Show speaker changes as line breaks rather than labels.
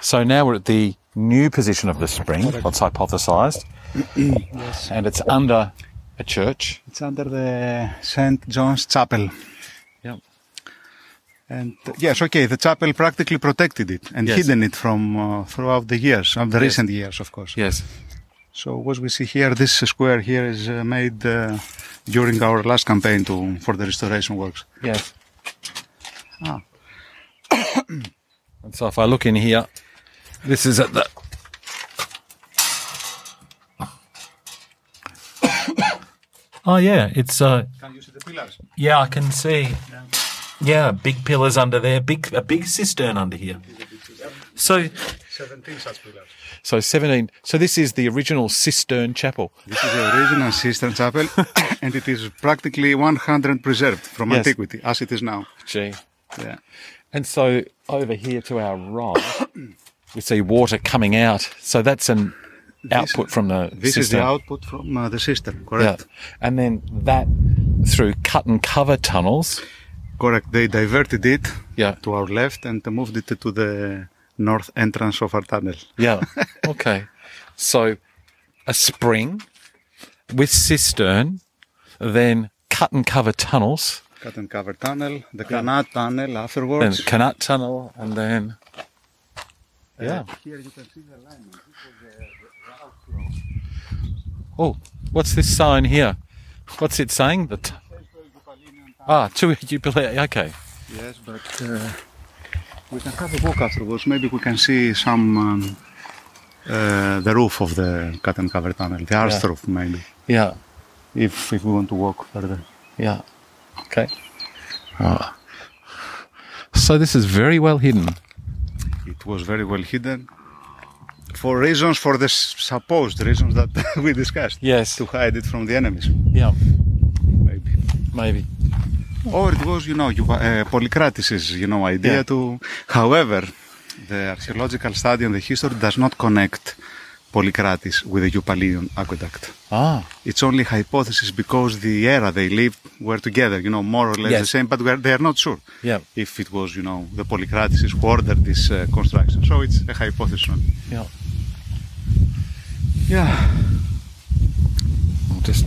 So now we're at the new position of the spring, what's hypothesised,
Yes,
and it's under a church.
it's under the St. John's Chapel.
Yep.
And uh, yes, okay, the chapel practically protected it and
Yes.
hidden it from uh, throughout the years, of the
Yes.
recent years, of course.
Yes.
So what we see here, this square here is uh, made uh, during our last campaign to for the restoration works.
Yes.
Ah.
and so if I look in here, this is at the.
Oh yeah, it's uh
Can you see the pillars?
yeah, I can see. Yeah, big pillars under there, big a big cistern under here. So
17 such pillars.
So 17. So this is the original cistern chapel.
This is the original cistern chapel and it is practically 100 preserved from
Yes.
antiquity as it is now.
Gee.
Yeah.
And so over here to our right, we see water coming out. So that's an output from the
This is
cistern.
the output from uh, the cistern,
Yeah.
correct?
And then that through cut and cover tunnels.
Correct. They diverted it
Yeah.
to our left and moved it to the north entrance of our tunnel.
Yeah. okay. So a spring with cistern, then cut and cover tunnels,
Cut and cover tunnel, the canal tunnel
then
afterwards.
canat tunnel, and then. Yeah.
Here you can see the line.
Oh, what's this sign here? What's it saying? The t- ah, two Jubilee. Okay.
Yes, but uh, we can have a walk afterwards. Maybe we can see some um, uh, the roof of the cut and cover tunnel, the arched
Yeah.
roof, maybe,
Yeah.
if if we want to walk further.
Yeah. Okay. Ah. So this is very well hidden.
It was very well hidden for reasons, for the s- supposed reasons that we discussed.
Yes.
To hide it from the enemies,
Yeah.
maybe.
Maybe.
Or it was, you know, you, uh, Polycrates' you know, idea
Yeah.
to. However, the archaeological study and the history does not connect Polycrates with the Eupalion aqueduct.
Ah.
It's only hypothesis because the era they lived were together, you know, more or less
Yes.
the same, but we're, they are not sure
Yeah.
if it was, you know, the Polycrates who ordered this uh, construction. So it's a hypothesis. on-
Yeah.
Yeah.
I'll just